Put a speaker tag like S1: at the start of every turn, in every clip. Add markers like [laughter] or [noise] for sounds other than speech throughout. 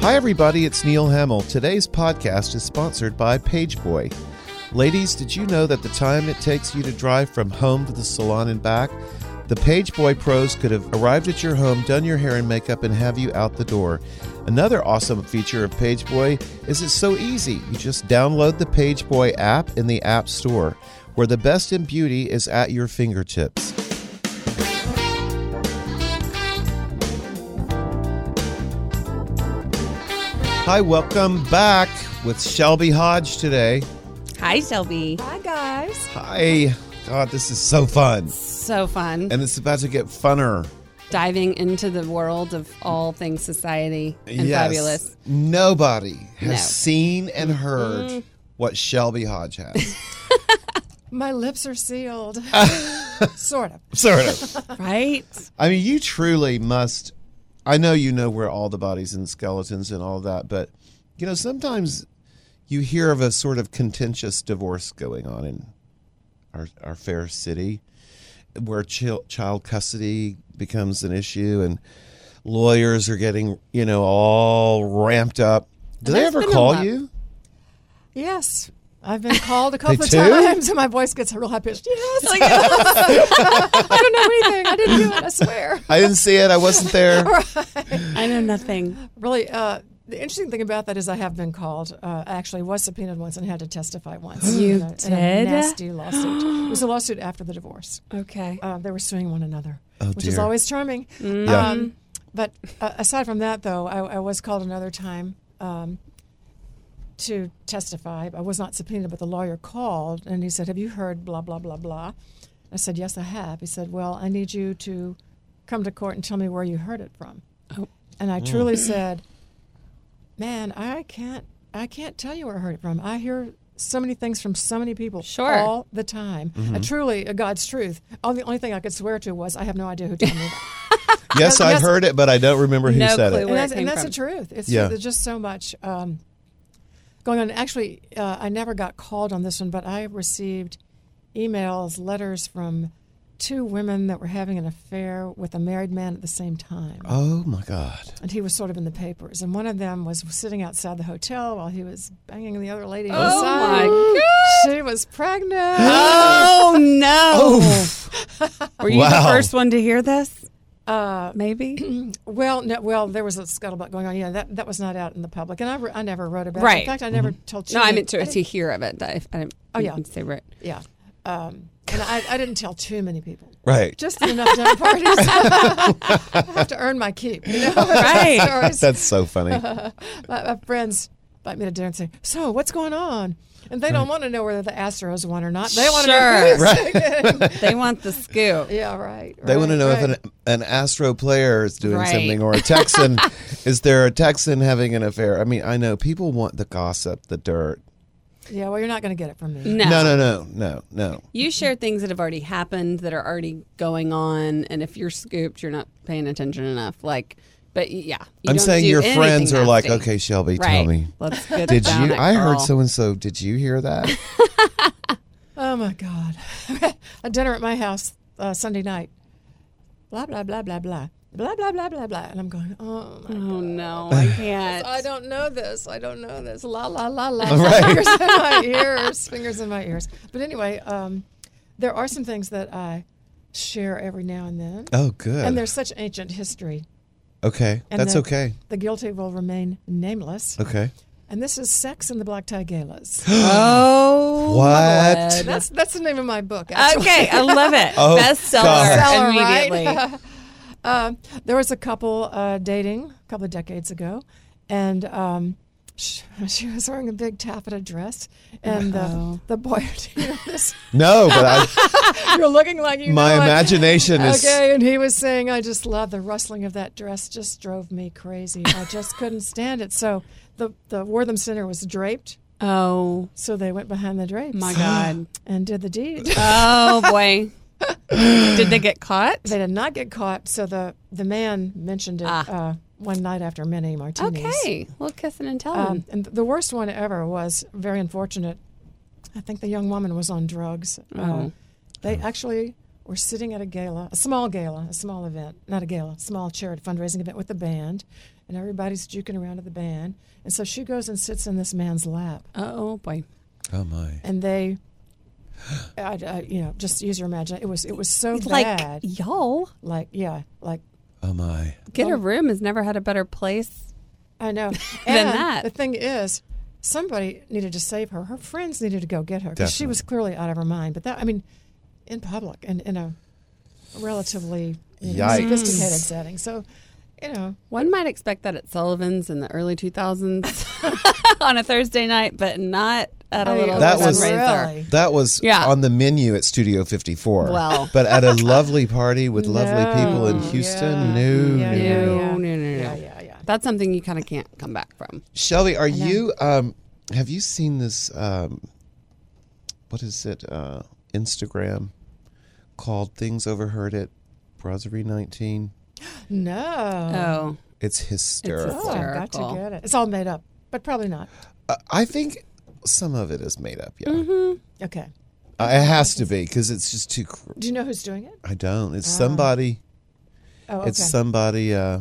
S1: Hi, everybody, it's Neil Hamill. Today's podcast is sponsored by Pageboy. Ladies, did you know that the time it takes you to drive from home to the salon and back? The Pageboy Pros could have arrived at your home, done your hair and makeup, and have you out the door. Another awesome feature of Pageboy is it's so easy. You just download the Pageboy app in the App Store, where the best in beauty is at your fingertips. Hi, welcome back with Shelby Hodge today.
S2: Hi, Shelby.
S3: Hi, guys.
S1: Hi. God, this is so fun.
S2: So fun.
S1: And it's about to get funner.
S2: Diving into the world of all things society and
S1: Yes.
S2: fabulous.
S1: Nobody has
S2: No. Mm-hmm.
S1: seen and heard what Shelby Hodge has. [laughs]
S3: My lips
S2: [laughs]
S3: are sealed. sort of.
S1: sort of.
S2: Right? [laughs]
S1: I mean, you truly must. I know you know where all the bodies and skeletons and all that, but you know, sometimes you hear of a sort of contentious divorce going on in our, our fair city where chil- child custody becomes an issue and lawyers are getting, you know, all ramped up. Do they
S2: There's
S1: ever
S2: been a
S1: call
S2: lot.
S1: you?
S3: Yes. I've
S2: [laughs]
S3: been called a couple of
S1: too?
S3: times, and my voice gets real high pitched. Yes. Like, I don't know anything. I didn't do it.
S2: [laughs]
S3: I swear.
S1: I didn't see it. I wasn't there.
S2: I know nothing.
S3: Really, uh, the interesting thing about that is I have been called. Uh, I actually was subpoenaed once and had to testify once.
S2: You
S3: in a, in a
S2: did?
S3: nasty lawsuit. it was a lawsuit after the divorce.
S2: Okay.
S3: Uh, they were suing one another,
S1: Oh,
S3: which is
S1: dear.
S3: always charming.
S1: Yeah.
S3: Um, but uh, aside from that, though, I, I was called another time um, to testify. I was not subpoenaed, but the lawyer called and he said, Have you heard blah, blah, blah, blah? I said, Yes, I have. He said, Well, I need you to come to court and tell me where you heard it from.
S2: Oh.
S3: And I truly said, Man, I can't. I can't tell you where I heard it from. I hear so many things from so many people
S2: Sure.
S3: all the time. I truly, a God's truth. All the only thing I could swear to was I have no idea who told me that.
S1: yes, I've
S3: yes.
S1: heard it, but I don't remember who
S2: No
S1: said
S2: clue.
S1: it.
S2: [laughs] where
S3: and that's,
S2: it
S3: and
S2: came
S3: that's the
S2: from.
S3: truth. It's
S1: Yeah.
S3: there's just so much um, going on. Actually, uh, I never got called on this one, but I received emails, letters from two women that were having an affair with a married man at the same time,
S1: Oh my God.
S3: and he was sort of in the papers. And one of them was sitting outside the hotel while he was banging the other lady.
S2: Oh
S3: inside.
S2: my
S3: She was pregnant.
S2: [gasps] Oh no. Were you
S1: Wow.
S2: the first one to hear this?
S3: Uh,
S2: Maybe. [clears throat]
S3: Well, no, well, there was a scuttlebutt going on. Yeah, that, that was not out in the public, and I, re- I never wrote about it.
S2: Right. Mm-hmm.
S3: In fact, I never told.
S2: no,
S3: Julie-
S2: I meant to,
S3: didn't-
S2: to hear of it. I, I didn't.
S3: Oh, yeah.
S2: didn't Say right.
S3: Yeah. Um, and I, I didn't tell too many people.
S1: [laughs] Right.
S3: Just enough dinner parties.
S2: [laughs]
S3: I have to earn my keep. You know?
S2: Right.
S3: [laughs]
S2: [laughs]
S1: [laughs]
S3: Stories.
S1: That's so funny.
S3: my, my friends invite me to dinner and say, "So, what's going on?" And they don't want to know whether the Astros won or not. They want
S2: Sure.
S3: to know. Who's right.
S2: [laughs] They want the scoop.
S3: yeah, right.
S1: They want to
S3: right,
S1: know
S3: right.
S1: if an, an Astro player is doing
S2: Right.
S1: something
S2: [laughs]
S1: or a Texan. is there a Texan having an affair? I mean, I know people want the gossip, the dirt.
S3: Yeah, well, you're not going to get it from me.
S2: No.
S1: No, no, no, no, no.
S2: You share things that have already happened that are already going on, and if you're scooped, you're not paying attention enough. Like, but yeah, you
S1: I'm
S2: don't
S1: saying
S2: do
S1: your
S2: anything
S1: friends are like,
S2: nasty.
S1: okay, Shelby,
S2: right.
S1: tell me.
S2: Let's get
S1: Did
S2: down
S1: you?
S2: It,
S1: I heard
S2: girl.
S1: so and so. Did you hear
S2: [laughs]
S1: that?
S3: Oh my God! [laughs] a dinner at my house uh, Sunday night. Blah blah blah blah blah blah blah blah blah blah, and I'm going, oh my
S1: [sighs]
S2: Oh no, I can't.
S3: I don't know this. I don't know this. La la la la.
S1: Right.
S3: Fingers in my ears. Fingers in my ears. But anyway, um, there are some things that I share every now and then,
S1: Oh, good.
S3: and there's such ancient history.
S1: okay,
S3: And
S1: that's
S3: the-
S1: okay.
S3: The guilty will remain nameless,
S1: Okay.
S3: and this is sex in the black tie galas.
S1: [gasps]
S2: Oh,
S1: What?
S2: Lord.
S3: that's that's the name of my book. actually.
S2: Okay, I love it.
S1: Oh,
S2: Bestseller
S1: God.
S3: Bestseller, right?
S2: immediately.
S3: [laughs] Um, there was a couple uh, dating a couple of decades ago, and um, she, [laughs] she was wearing a big taffeta dress, and the,
S2: Wow.
S3: the boy, [laughs] you know,
S2: [laughs]
S3: this,
S1: No, but I,
S3: you're looking like you.
S1: my
S3: know it.
S1: imagination is.
S3: Okay, and he was saying, "I just love the rustling of that dress. Just drove me crazy. I
S2: [laughs]
S3: just couldn't stand it." So the the Wortham Center was draped,
S2: Oh
S3: so they went behind the drapes
S2: my God.
S3: and did
S2: [laughs]
S3: the deed.
S2: Oh
S1: [laughs]
S2: boy. Did they get caught?
S3: They did not get caught, so the the man mentioned it uh, one night after many martinis.
S2: Ah. Okay, well, kissing and telling.
S3: Um, and th- the worst one ever was very unfortunate. I think the young woman was on drugs. Um, Uh, they actually We're sitting at a gala, a small gala, a small event, not a gala, small charity fundraising event with the band, and everybody's juking around to the band. And so she goes and sits in this man's lap,
S2: Oh boy.
S1: Oh my.
S3: and they, [gasps] I, I- you know, just use your imagination. It was it was so
S2: Like
S3: bad,
S2: y'all,
S3: like yeah, like
S1: Oh my.
S2: get a room has never had a better place.
S3: I know.
S2: [laughs] Than
S3: and
S2: that.
S3: The thing is, somebody needed to save her. Her friends needed to go get her because she was clearly out of her mind. But that, I mean, in public and in a relatively you know,
S1: Yikes.
S3: sophisticated setting. So, you know,
S2: One might expect that at Sullivan's in the early
S3: [laughs]
S2: 2000s on a Thursday night, but not at a
S3: I mean,
S2: little
S1: That was-
S2: fundraiser.
S3: Oh, really.
S1: That was
S2: Yeah.
S1: on the menu at Studio 54.
S2: Well.
S1: But at a lovely party with lovely people in
S3: No,
S1: Houston,
S3: yeah.
S1: no,
S3: Yeah,
S1: no.
S3: yeah.
S2: No, no, no, no.
S3: yeah, yeah, yeah.
S2: That's something you kind of can't come back from.
S1: Shelby, are you, um, have you seen this, um, what is it, uh, Instagram called Things Overheard at Brasserie 19?
S2: Oh,
S3: No.
S1: It's hysterical.
S3: oh, I got
S2: hysterical.
S3: to get it. It's all made up, but probably not.
S1: Uh, I think some of it is made up, yeah.
S3: Mm-hmm. Okay.
S1: Uh, it has to be because it's just too, cr-
S3: Do you know who's doing it?
S1: I don't. It's somebody.
S3: Oh, okay.
S1: It's somebody. Uh,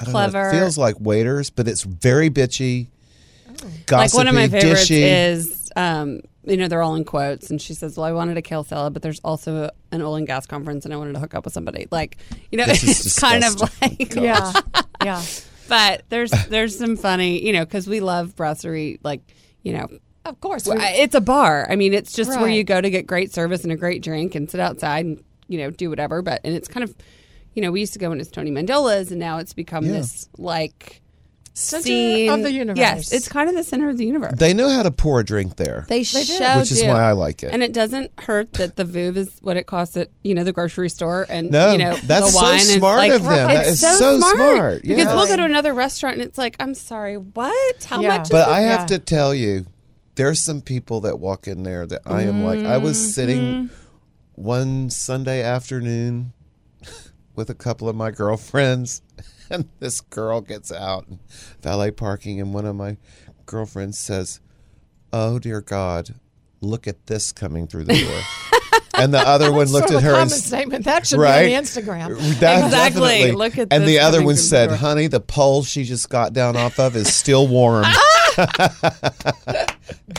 S1: I don't Know,
S2: Clever.
S1: it feels like waiters, but it's very bitchy.
S2: like
S1: Gossipy,
S2: one of my favorites
S1: dishy.
S2: is, um, you know, they're all in quotes, and she says, "Well, I wanted a kale salad, but there's also an oil and gas conference, and I wanted to hook up with somebody." Like, you know,
S1: This is
S2: [laughs] it's kind of
S1: disgusting. [laughs]
S2: like,
S3: yeah, yeah.
S2: but there's there's some funny, you know, because we love brasserie, like, you know.
S3: Of course.
S2: Well,
S3: we-
S2: I- It's a bar. I mean, it's just where
S3: Right.
S2: you go to get great service and a great drink and sit outside and you know do whatever. But and it's kind of, you know, we used to go when it's Tony Mandela's, and now it's become
S1: Yeah.
S2: this like
S3: Center
S2: scene
S3: of the universe.
S2: Yes, it's kind of the center of the universe.
S1: They know how to pour a drink there,
S2: They, show
S1: which is
S2: do.
S1: why I like it.
S2: And it doesn't hurt that the VOOV is what it costs at you know the grocery store, and
S1: No,
S2: you know
S1: that's
S2: the
S1: so
S2: wine is,
S1: smart
S2: like-
S1: of them. That
S2: It's
S1: is so smart.
S2: because
S1: Yeah.
S2: we'll go to another restaurant and it's like, I'm sorry, what? How
S3: Yeah.
S2: much? Is
S1: but I have
S3: yeah.
S1: to tell you, there's some people that walk in there that I am like. I was
S2: Mm-hmm.
S1: sitting one Sunday afternoon [laughs] with a couple of my girlfriends, [laughs] and this girl gets out and valet parking, and one of my girlfriends says, "Oh dear God, look at this coming through the
S2: [laughs]
S1: door," and the other one looked
S3: sort of
S1: at her
S3: a common
S1: and s-
S3: statement. That should be
S1: right?
S3: on the Instagram.
S1: [laughs] That
S2: Exactly.
S1: definitely.
S2: Look at
S1: and
S2: this
S1: the other
S2: coming
S1: one
S2: from the
S1: said,
S2: door.
S1: "Honey, the pole she just got down off of is still
S2: [laughs]
S1: warm."
S3: Good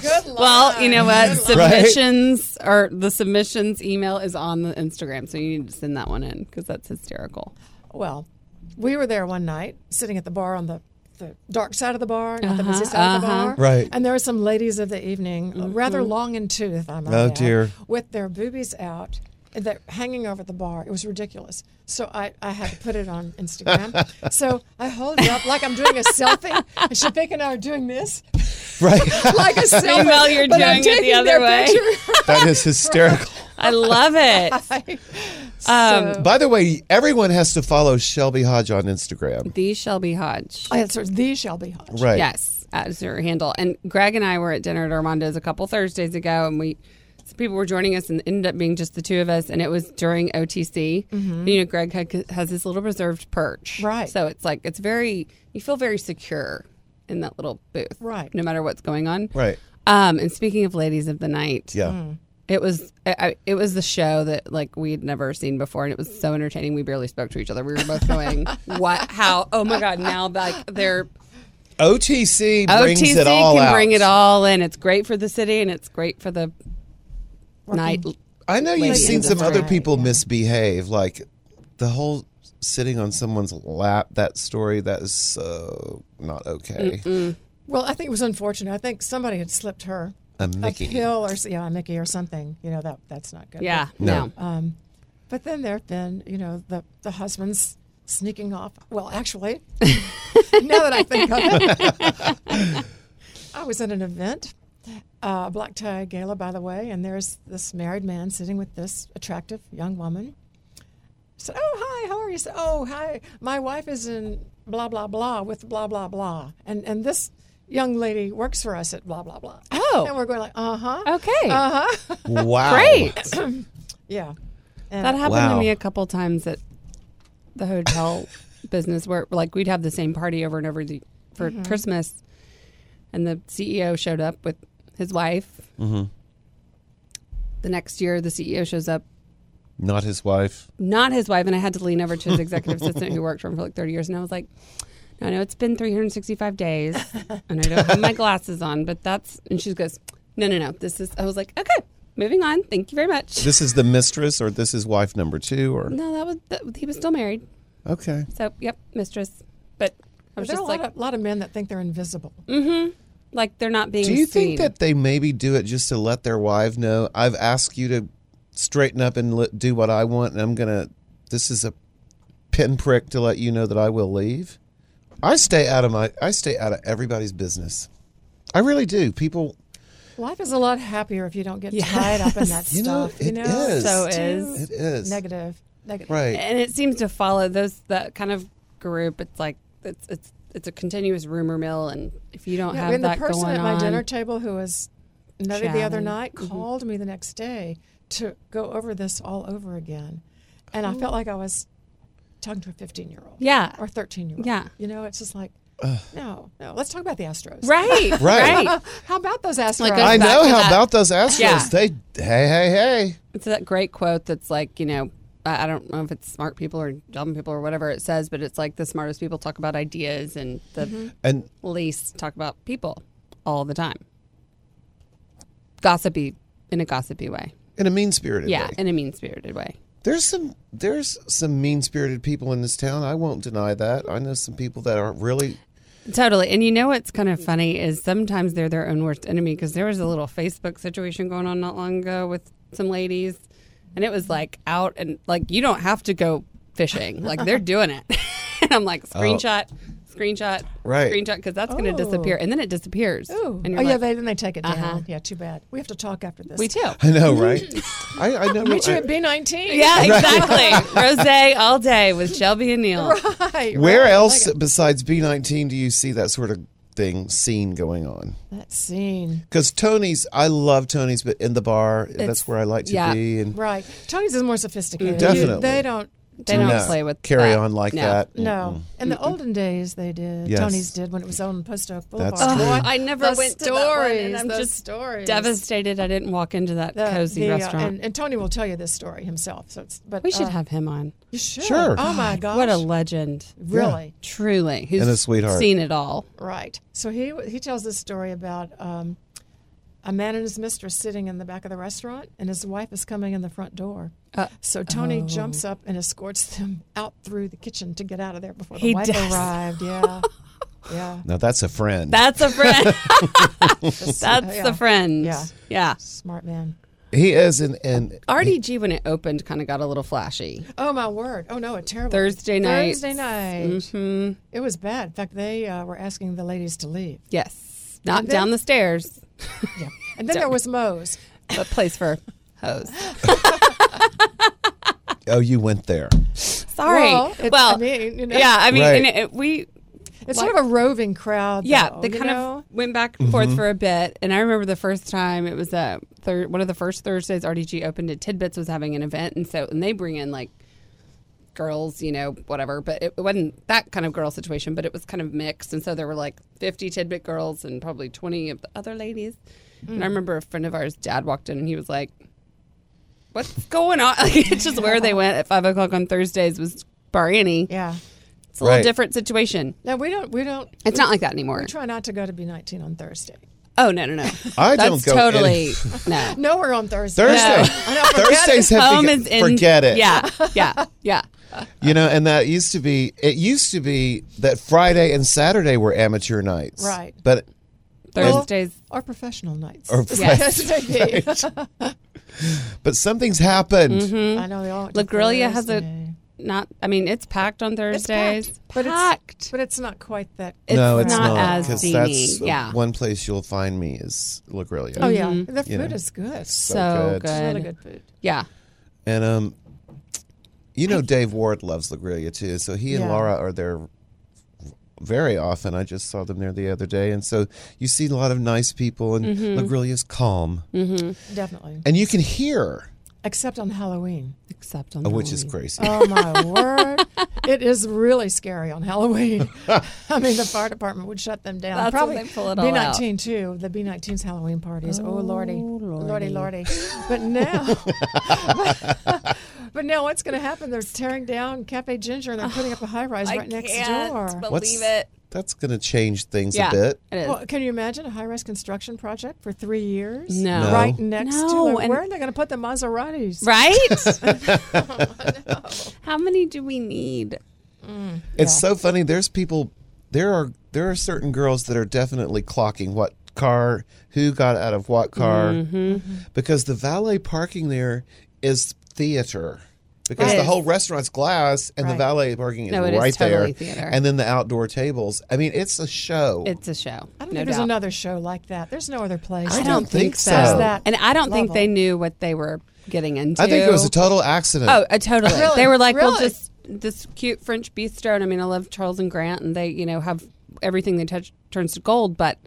S3: luck.
S2: well, you know what?
S1: Right?
S2: Submissions or the submissions email is on the Instagram, so you need to send that one in because that's hysterical.
S3: Well, we were there one night, sitting at the bar on the, the dark side of the bar, not
S2: Uh-huh,
S3: the busy side of the bar.
S1: Right.
S3: And there were some ladies of the evening, uh, rather
S2: Mm-hmm.
S3: long in tooth, I might
S1: Oh,
S3: add,
S1: dear.
S3: with their boobies out, and they're hanging over the bar. It was ridiculous. So I, I had to put it on
S1: [laughs]
S3: Instagram. so I hold it up like I'm doing a selfie, and she's thinking I'm doing this,
S2: [laughs]
S1: right?
S3: like a selfie.
S2: Meanwhile, you're
S3: but I'm
S2: doing it the
S3: taking
S2: other
S3: their
S2: way.
S3: picture.
S1: that is
S2: [laughs]
S1: hysterical.
S2: I love it.
S3: [laughs] So-
S2: Um,
S1: By the way, everyone has to follow Shelby Hodge on Instagram.
S2: The Shelby Hodge.
S3: I answered, these shall be hot.
S1: Right.
S2: Yes, as your handle. And Greg and I were at dinner at Armando's a couple Thursdays ago, and we some people were joining us, and it ended up being just the two of us. And it was during OTC.
S1: Mm-hmm.
S2: You know, Greg had, has this little reserved perch,
S3: Right.
S2: So it's like it's very you feel very secure in that little booth,
S3: Right.
S2: No matter what's going on,
S1: Right.
S2: Um, and speaking of ladies of the night,
S1: Yeah.
S2: It was I, I- it was the show that like we had never seen before, and it was so entertaining. We barely spoke to each other. We were both going, [laughs] "What? How? Oh my god!" Now like they're
S1: OTC brings
S2: OTC
S1: it all
S2: can
S1: out.
S2: bring it all in. It's great for the city and it's great for the night.
S1: I know you've
S2: Ladies
S1: seen
S2: of
S1: some
S2: the
S1: other
S2: night,
S1: people misbehave, like the whole sitting on someone's lap. That story that is so not okay.
S3: Well, I think it was unfortunate. I think somebody had slipped her
S1: A Mickey.
S3: pill or s- yeah, a Mickey or something. You know that that's not good.
S2: Yeah,
S1: No.
S2: no.
S3: But then there have been you know the the husbands sneaking off. Well,
S2: [laughs]
S3: actually, now that I think of it, [laughs] I was at an event, uh, a black tie gala, by the way, and there's this married man sitting with this attractive young woman. I said, "Oh, hi, how are you?" He said, "Oh, hi, my wife is in blah blah blah with blah blah blah," and and this young lady works for us at blah blah blah.
S2: Oh.
S3: and we're going like, "Uh huh."
S2: Okay,
S1: Wow.
S2: great.
S3: Yeah. And
S2: That happened
S1: Wow.
S2: to me a couple times at the
S3: [laughs]
S2: hotel business where like we'd have the same party over and over the, for
S3: Mm-hmm.
S2: Christmas, and the CEO showed up
S1: Mm-hmm.
S2: with his wife. The next year, the CEO E shows up
S1: Not his wife.
S2: not his wife, and I had to lean over to his executive assistant who worked for him for like 30 years, and I was like, "No, no, it's been 365 days, and I don't have my glasses on." But that's and she goes, "No, no, no, this is." I was like, "Okay, moving on. Thank you very much."
S1: This is the mistress, or this is wife number two, or
S2: no, that was that, he was still married,
S1: okay.
S2: so yep, mistress. But I was
S3: There are a
S2: just
S3: lot,
S2: like,
S3: of, lot of men that think they're invisible.
S2: like they're not being.
S1: Do you
S2: seen.
S1: think that they maybe do it just to let their wife know I've asked you to straighten up and let, do what I want, and I'm gonna. This is a pinprick to let you know that I will leave. I stay out of my. I stay out of everybody's business. I really do. People,
S3: Life is a lot happier if you don't get tied up in that
S1: [laughs] You know,
S3: stuff.
S1: it
S3: you know,
S1: is.
S2: so
S3: It's
S2: is?
S3: too
S1: it is
S3: negative. Negative.
S1: right.
S2: and it seems to follow those that kind of group. It's like it's it's it's a continuous rumor mill, and if you don't
S3: Yeah,
S2: have
S3: and the
S2: that
S3: person
S2: going
S3: at my
S2: on, Mm-hmm.
S3: dinner table who was nutty the other
S2: Chatty.
S3: night called me the next day to go over this all over again, and I felt like I was talking to a 15 year old.
S2: Yeah.
S3: Or 13 year old.
S2: Yeah.
S3: You know, it's just like, no, no. Let's talk about the Astros. Oh,
S2: right, right,
S3: How about those Astros?
S2: Like
S1: I
S2: Back
S1: know.
S2: to
S1: How
S2: that.
S1: about those Astros?
S2: Yeah.
S1: They hey hey hey.
S2: It's that great quote that's like, you know, I I don't know if it's smart people or dumb people or whatever it says, but it's like the smartest people talk about ideas and the
S1: And
S2: least talk about people all the time. Gossipy, in a gossipy way.
S1: in a mean spirited
S2: Yeah,
S1: way.
S2: in a mean spirited way.
S1: There's some there's some mean spirited people in this town. I won't deny that. I know some people that are really
S2: Totally. And you know what's kind of funny is sometimes they're their own worst enemy because there was a little Facebook situation going on not long ago with some ladies, and it was like out and like you don't have to go fishing, like they're doing it. [laughs] and I'm like, screenshot, screenshot,
S1: Oh. Right.
S2: screenshot, because that's going to disappear. And then it disappears.
S3: Oh. Ooh.
S2: And you're
S3: Oh, yeah,
S2: like, uh-huh.
S3: they, then they take it down. Yeah, too bad. We have to talk after this.
S1: [laughs]
S2: we too.
S1: I know, right? I, I know.
S3: Meet you
S1: I-
S3: at B19.
S1: [laughs]
S2: Yeah, exactly. Rose all day with Shelby and Neil.
S3: [laughs] Right,
S1: Where
S3: right.
S1: else
S3: Like
S1: besides B19 do you see that sort of thing scene going on?
S3: a- that scene.
S1: Because Tony's, I love Tony's, but in the bar, that's
S2: It's-
S1: where I like to
S2: yeah.
S1: be. And
S3: Right. Tony's is more sophisticated.
S1: Mm, Definitely.
S3: They don't.
S2: They don't
S1: No,
S2: play with
S1: carry
S2: that.
S1: on like
S2: No.
S1: that.
S3: No. In the olden days, they did.
S1: Yes.
S3: Tony's did when it was on Post Oak Boulevard.
S1: That's true.
S2: Oh, I never
S3: the
S2: went to
S3: stories,
S2: that one, and I'm
S3: the
S2: just
S3: stories.
S2: Devastated I didn't walk into that
S3: The-
S2: cozy
S3: the, uh,
S2: restaurant.
S3: and, and Tony will tell you this story himself. So it's but
S2: we should
S3: uh,
S2: have him on.
S3: you should.
S1: Sure.
S3: Oh my gosh.
S2: What a legend.
S3: really
S2: Truly. Who's
S1: And a sweetheart.
S2: seen it all.
S3: right. So he he tells this story about um, a man and his mistress sitting in the back of the restaurant, and his wife is coming in the front door.
S2: Uh,
S3: so Tony jumps up and escorts them out through the kitchen to get out of there before the
S2: He
S3: wife
S2: does. [laughs]
S3: arrived. Yeah. Yeah.
S1: Now that's a friend.
S2: That's a
S3: [laughs]
S2: friend.
S3: That's
S2: That's
S3: yeah.
S2: the friend.
S3: Yeah.
S2: Yeah.
S3: Smart man.
S1: he is, and and
S2: RDG when it opened kind of got a little flashy.
S3: Oh my word! Oh no, a terrible
S2: Thursday night.
S3: Thursday night.
S2: hmm
S3: It was bad. In fact, they uh, were asking the ladies to [laughs] leave.
S2: Yes. Not
S3: And then-
S2: down the stairs,
S3: Yeah. And then there was Moe's.
S2: but place for hoes.
S1: oh, you went there.
S2: Sorry.
S3: Well,
S2: Well,
S3: it's- I mean, you know.
S2: yeah, I mean,
S1: Right.
S2: and it, it- we,
S3: It's
S2: Like-
S3: sort of a roving crowd.
S2: yeah,
S3: though,
S2: they
S3: you
S2: kind
S3: know?
S2: of went back and forth for a bit. And I remember the first time it was a thir- one of the first Thursdays RDG opened at Tidbits was having an event, and so and they bring in like girls, you know, whatever. But it wasn't that kind of girl situation, but it was kind of mixed. And so there were like 50 tidbit girls and probably 20 of the other ladies. And I
S3: Mm.
S2: remember a friend of ours' dad walked in and he was like, What's going on? [laughs] Like, it's just where they went at five o'clock on Thursdays was Bar Annie.
S3: Yeah.
S2: It's a little
S1: Right.
S2: different situation.
S3: Now we don't. We don't.
S2: It's not like that anymore.
S3: We try not to go to B nineteen on Thursday.
S2: Oh, no, no, no.
S1: I
S2: That's
S1: don't go [laughs]
S2: totally, no.
S3: No, we're on Thursday.
S1: Thursday.
S3: I know, forget
S1: Thursdays
S3: it.
S1: have
S2: Home
S1: begun-
S2: is in.
S1: forget it.
S2: Yeah, yeah, yeah.
S1: You know, [laughs] and that used to be. It used to be that Friday and Saturday were amateur nights.
S3: Right.
S1: But
S2: Thursdays.
S3: Or professional nights.
S1: Or
S2: Yes. [laughs]
S3: [laughs] Yes.
S1: [laughs] but something's happened.
S2: Mm-hmm.
S3: I know they all.
S2: La Grilla has a-
S3: Thursday.
S2: Not, I mean, it's packed on
S3: It's
S2: Thursdays.
S3: packed, but it's
S2: Packed.
S3: but it's not quite that.
S1: no,
S2: It's
S1: it's
S2: not
S1: not,
S2: as
S1: because
S2: zany,
S1: that's
S2: yeah.
S1: one place you'll find me is La Grilla.
S3: Oh yeah, the food
S1: You know.
S3: is good. It's
S1: so
S2: so
S1: good.
S2: good.
S3: really good food.
S2: Yeah.
S1: And um, you know, Dave Ward loves La Grilla too. So he and
S3: Yeah.
S1: Laura are there very often. I just saw them there the other day, and so you see a lot of nice people, and
S2: Mm-hmm.
S1: La Grilla is calm,
S3: Definitely,
S1: and you can hear,
S3: except on Halloween.
S2: Except on
S1: uh, which is
S2: Halloween.
S1: crazy.
S3: Oh
S2: [laughs]
S3: my word! It is really scary on Halloween. [laughs] I mean, the fire department would shut them down.
S2: That's when
S3: Probably
S2: they pull it
S3: B
S2: all out.
S3: nineteen too. The B 19s Halloween parties. Oh, lordy,
S2: Oh,
S3: lordy,
S2: lordy.
S3: lordy. But now, [laughs] But now what's going to happen? They're tearing down Cafe Ginger and they're putting up a
S2: [sighs]
S3: high rise right next door.
S1: What's- That's going to change things
S2: yeah,
S1: a bit.
S2: It is.
S3: Well, can you imagine a high rise construction project for three years?
S2: No. No.
S3: Right next
S2: No,
S3: to it.
S2: and-
S3: Where are they going to put the Maseratis? [laughs]
S2: right? How many do we need?
S1: It's so funny. There's people. There are there are certain girls that are definitely clocking what car, who got out of what car,
S2: Mm-hmm.
S1: because the valet parking there is theater. Because
S2: Right.
S1: the whole restaurant's glass and the
S3: Right.
S1: valet parking is
S2: No, it is
S1: right
S2: totally
S1: there,
S2: theater.
S1: and then the outdoor tables. I mean, it's a show.
S2: It's a show.
S3: I
S2: no
S3: don't think
S2: doubt.
S3: there's another show like that. There's no other place.
S2: I
S3: that
S2: don't think
S1: so.
S3: does that
S2: And I don't think
S3: level.
S2: they knew what they were getting into.
S1: I think it was a total accident.
S2: Oh, uh, totally.
S3: [laughs] Really?
S2: They were like, well,
S3: Really?
S2: just this cute French bistro. And I mean, I love Charles and Grant, and they, you know, have everything they touch turns to gold. But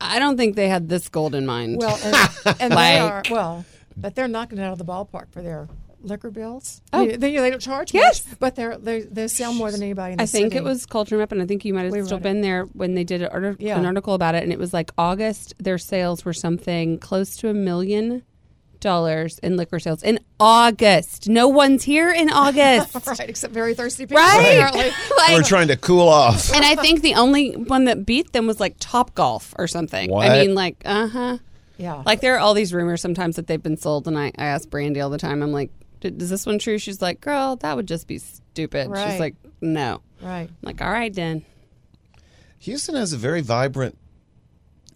S2: I don't think they had this gold in mind.
S3: Well,
S2: [laughs]
S3: and, and they are
S2: Like-
S3: well, but they're knocking it out of the ballpark for their liquor bills. Oh, they, they don't charge
S2: Yes.
S3: much, but they're they they sell more than anybody in the
S2: I think it
S3: city.
S2: was Culture Map, and I think you might have
S3: We
S2: still
S3: read it.
S2: been there when they did an, arti-
S3: Yeah.
S2: an article about it. And it was like August, their sales were something close to a million dollars in liquor sales in August. No one's here in
S3: [laughs]
S2: August.
S3: [laughs] right, except very thirsty people.
S2: [laughs]
S3: apparently.
S2: right. Like-
S1: we're trying to cool off.
S2: and [laughs] I think the only one that beat them was like Top Golf or something.
S1: What?
S2: I mean, like, uh huh.
S3: Yeah,
S2: Like there are all these rumors sometimes that they've been sold, and I, I ask Brandy all the time. I'm like, "D- is this one true? She's like, girl, that would just be stupid. She's
S3: Right.
S2: like, no.
S3: right.
S2: I'm like, all right then.
S1: Houston has a very vibrant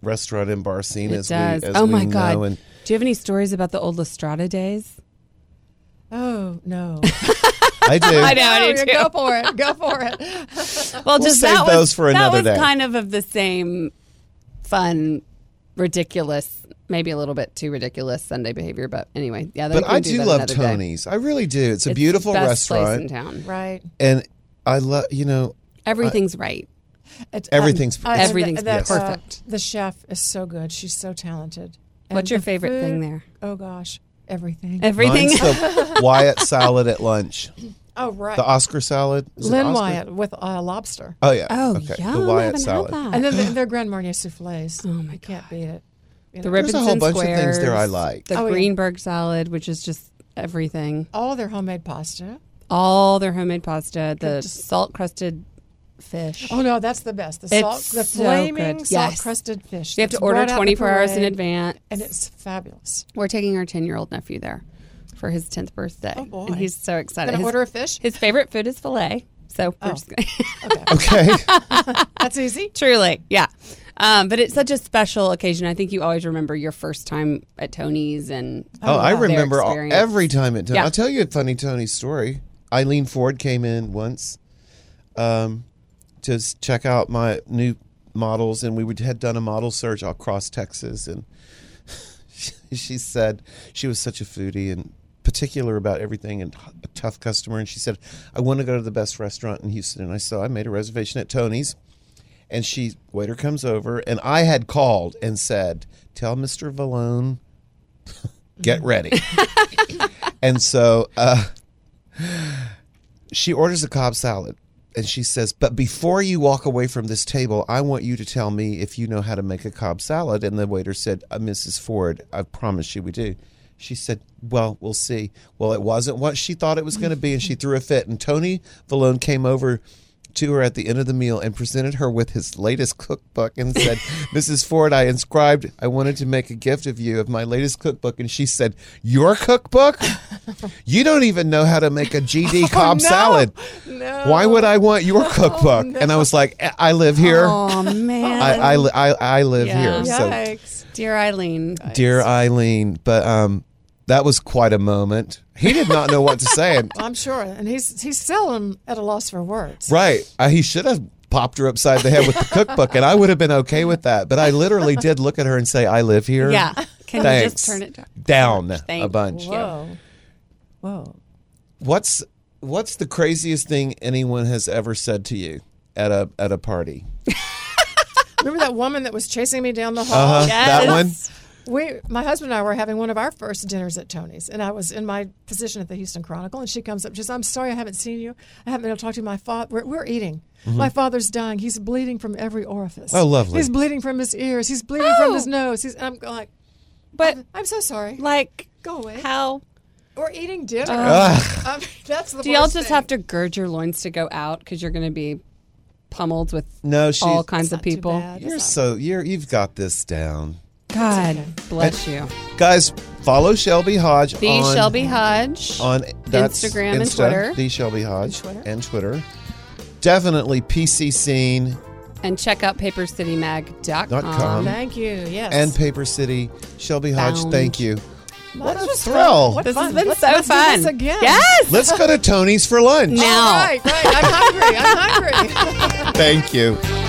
S1: restaurant and bar scene.
S2: It
S1: as
S2: does.
S1: we as
S2: oh
S1: we
S2: my
S1: know.
S2: god.
S1: And
S2: Do you have any stories about the old Lastrada days?
S3: Oh
S2: [laughs]
S3: no!
S1: I do.
S2: I know, I do too.
S3: go for it. [laughs] Go for it.
S2: Well, just
S1: save
S2: that
S1: those
S2: was
S1: for another
S2: that was
S1: day.
S2: kind of of the same fun, ridiculous, maybe a little bit too ridiculous Sunday behavior. But anyway, yeah.
S1: But
S2: we can
S1: I
S2: do,
S1: do
S2: that
S1: love
S2: another day.
S1: Tony's. I really do. It's a
S2: It's the
S1: beautiful
S2: best place in
S1: restaurant, Uh,
S2: town.
S3: Right.
S1: and I love. You know,
S2: Everything's right.
S3: It-
S1: Everything's-
S3: I- I-
S2: Everything's
S3: um, uh,
S2: perfect.
S3: the chef is so good. She's so talented.
S2: What's
S3: And
S2: your
S3: the
S2: favorite
S3: food-
S2: thing there?
S3: Oh gosh, everything.
S2: Everything. [laughs]
S1: mine's the Wyatt salad at lunch.
S3: oh right,
S1: The Oscar salad. Is it
S3: Lynn
S1: Oscar?
S3: Wyatt with uh, lobster,
S1: Oh yeah.
S2: Oh,
S1: okay.
S2: yum.
S1: The
S2: I
S1: Wyatt
S2: haven't
S1: salad.
S2: had that.
S3: and then the, their Grand Marnier souffles. Oh
S2: my
S3: you can't beat it. You
S2: The
S3: know,
S1: There's a whole
S2: Ribbenson
S1: bunch of things there I
S2: squares,
S1: like.
S2: The
S3: Oh, yeah.
S2: Greenberg salad, which is just everything.
S3: all their homemade pasta.
S2: All their homemade pasta, the salt crusted fish.
S3: Oh no, that's the best. The
S2: It's
S3: salt, the
S2: so
S3: flaming
S2: good.
S3: salt
S2: Yes.
S3: crusted fish.
S2: you have to
S3: that's
S2: order
S3: brought out the
S2: 24 hours in
S3: parade,
S2: advance.
S3: and it's fabulous.
S2: We're taking our 10 year old nephew there for his 10th birthday.
S3: Oh, boy.
S2: And he's so excited.
S3: Gonna
S2: His,
S3: order a fish? Oh.
S2: his favorite food is filet. So we're just gonna-
S1: Okay.
S3: That's easy.
S2: Truly, yeah. Um, but it's such a special occasion. I think you always remember your first time at Tony's and
S1: Oh, I
S2: their
S1: remember all,
S2: experience.
S1: every time it.
S2: Yeah.
S1: I'll tell you a funny Tony story. Eileen Ford came in once, um, to s- check out my new models, and we would, had done a model search across Texas, and [laughs] she said she was such a foodie and particular about everything and a tough customer, and she said, "I want to go to the best restaurant in Houston," and I said, "I made a reservation at Tony's." And she waiter comes over, and I had called and said, "Tell Mr. Valone get ready. and so uh, she orders a cob salad and she says, But before you walk away from this table, I want you to tell me if you know how to make a cob salad. And the waiter said, uh, Mrs. Ford, I promise you we do. She said, Well, we'll see. Well, it wasn't what she thought it was going to be. And she threw a fit. And Tony Valone came over to her at the end of the meal and presented her with his latest cookbook and said, [laughs] Mrs. Ford, I inscribed, I wanted to make a gift of you of my latest cookbook. And she said, Your
S3: [laughs]
S1: cookbook? You don't even know how to make a GD cob
S3: Oh, no.
S1: salad.
S3: No. Oh,
S1: Why would I want
S3: [laughs]
S1: your cookbook? And I was like, "I- I live here.
S2: Oh
S1: [laughs]
S2: man,
S1: I, I, li- I, I live
S2: Yeah.
S1: here. So,
S3: Yikes.
S2: dear Eileen,
S1: dear Eileen, but um, that was quite a moment. He did not know what to say. And,
S3: I'm sure, and he's he's selling at a loss for words.
S1: right. Uh, he should have popped her upside the
S2: [laughs]
S1: head with the cookbook, and I would have been okay with that. But I literally did look at her and say, I live here.
S2: yeah. [laughs] Can you
S1: Thanks.
S2: just turn it down?
S1: Down a
S2: Thank
S1: bunch.
S3: Whoa, whoa.
S1: What's what's the craziest thing anyone has ever said to you at a at a party?
S3: Remember that woman that was chasing me down the
S2: Uh-huh.
S3: hall?
S1: Uh, That
S2: Yes.
S1: one?
S3: We, my husband and I were having one of our first dinners at Tony's, and I was in my position at the Houston Chronicle, and she comes up, she's, I'm sorry I haven't seen you. I haven't been able to talk to you. My father, we're, we're eating. My father's dying. He's bleeding from every orifice.
S1: Mm-hmm. Oh, lovely.
S3: He's bleeding from his ears. He's bleeding from his
S2: Oh.
S3: nose. He's, I'm like,
S2: But
S3: I'm so sorry.
S2: like,
S3: Go away.
S2: How?
S3: Or eating dinner. [laughs] I mean, that's the
S2: Do y'all
S3: worst
S2: just
S3: thing.
S2: have to gird your loins to go out because you're going to be pummeled with
S1: No, she's-
S2: all kinds
S3: Not
S2: of
S3: too
S2: people?
S3: bad.
S1: You're so you're you've got this down.
S2: God
S3: okay.
S2: bless you.
S1: Guys, follow Shelby Hodge
S2: The
S1: on
S2: Shelby Hodge.
S1: on that's
S2: Instagram and
S1: Insta,
S2: Twitter.
S1: The Shelby Hodge
S3: Twitter.
S1: and Twitter. Definitely PC Scene
S2: and check out papercitymag.com.
S1: Dot com.
S3: Thank you. Yes.
S1: and Paper City. Shelby Hodge,
S2: Bound.
S1: thank you. What a
S3: was fun.
S1: thrill.
S3: What
S2: This
S3: fun.
S2: has been
S3: Let's-
S2: so
S3: let's do
S2: fun.
S3: this again.
S2: Yes.
S1: Let's
S3: [laughs]
S1: go to Tony's for lunch.
S2: now. [laughs]
S3: All right, right. I'm hungry. I'm hungry.
S1: Thank you.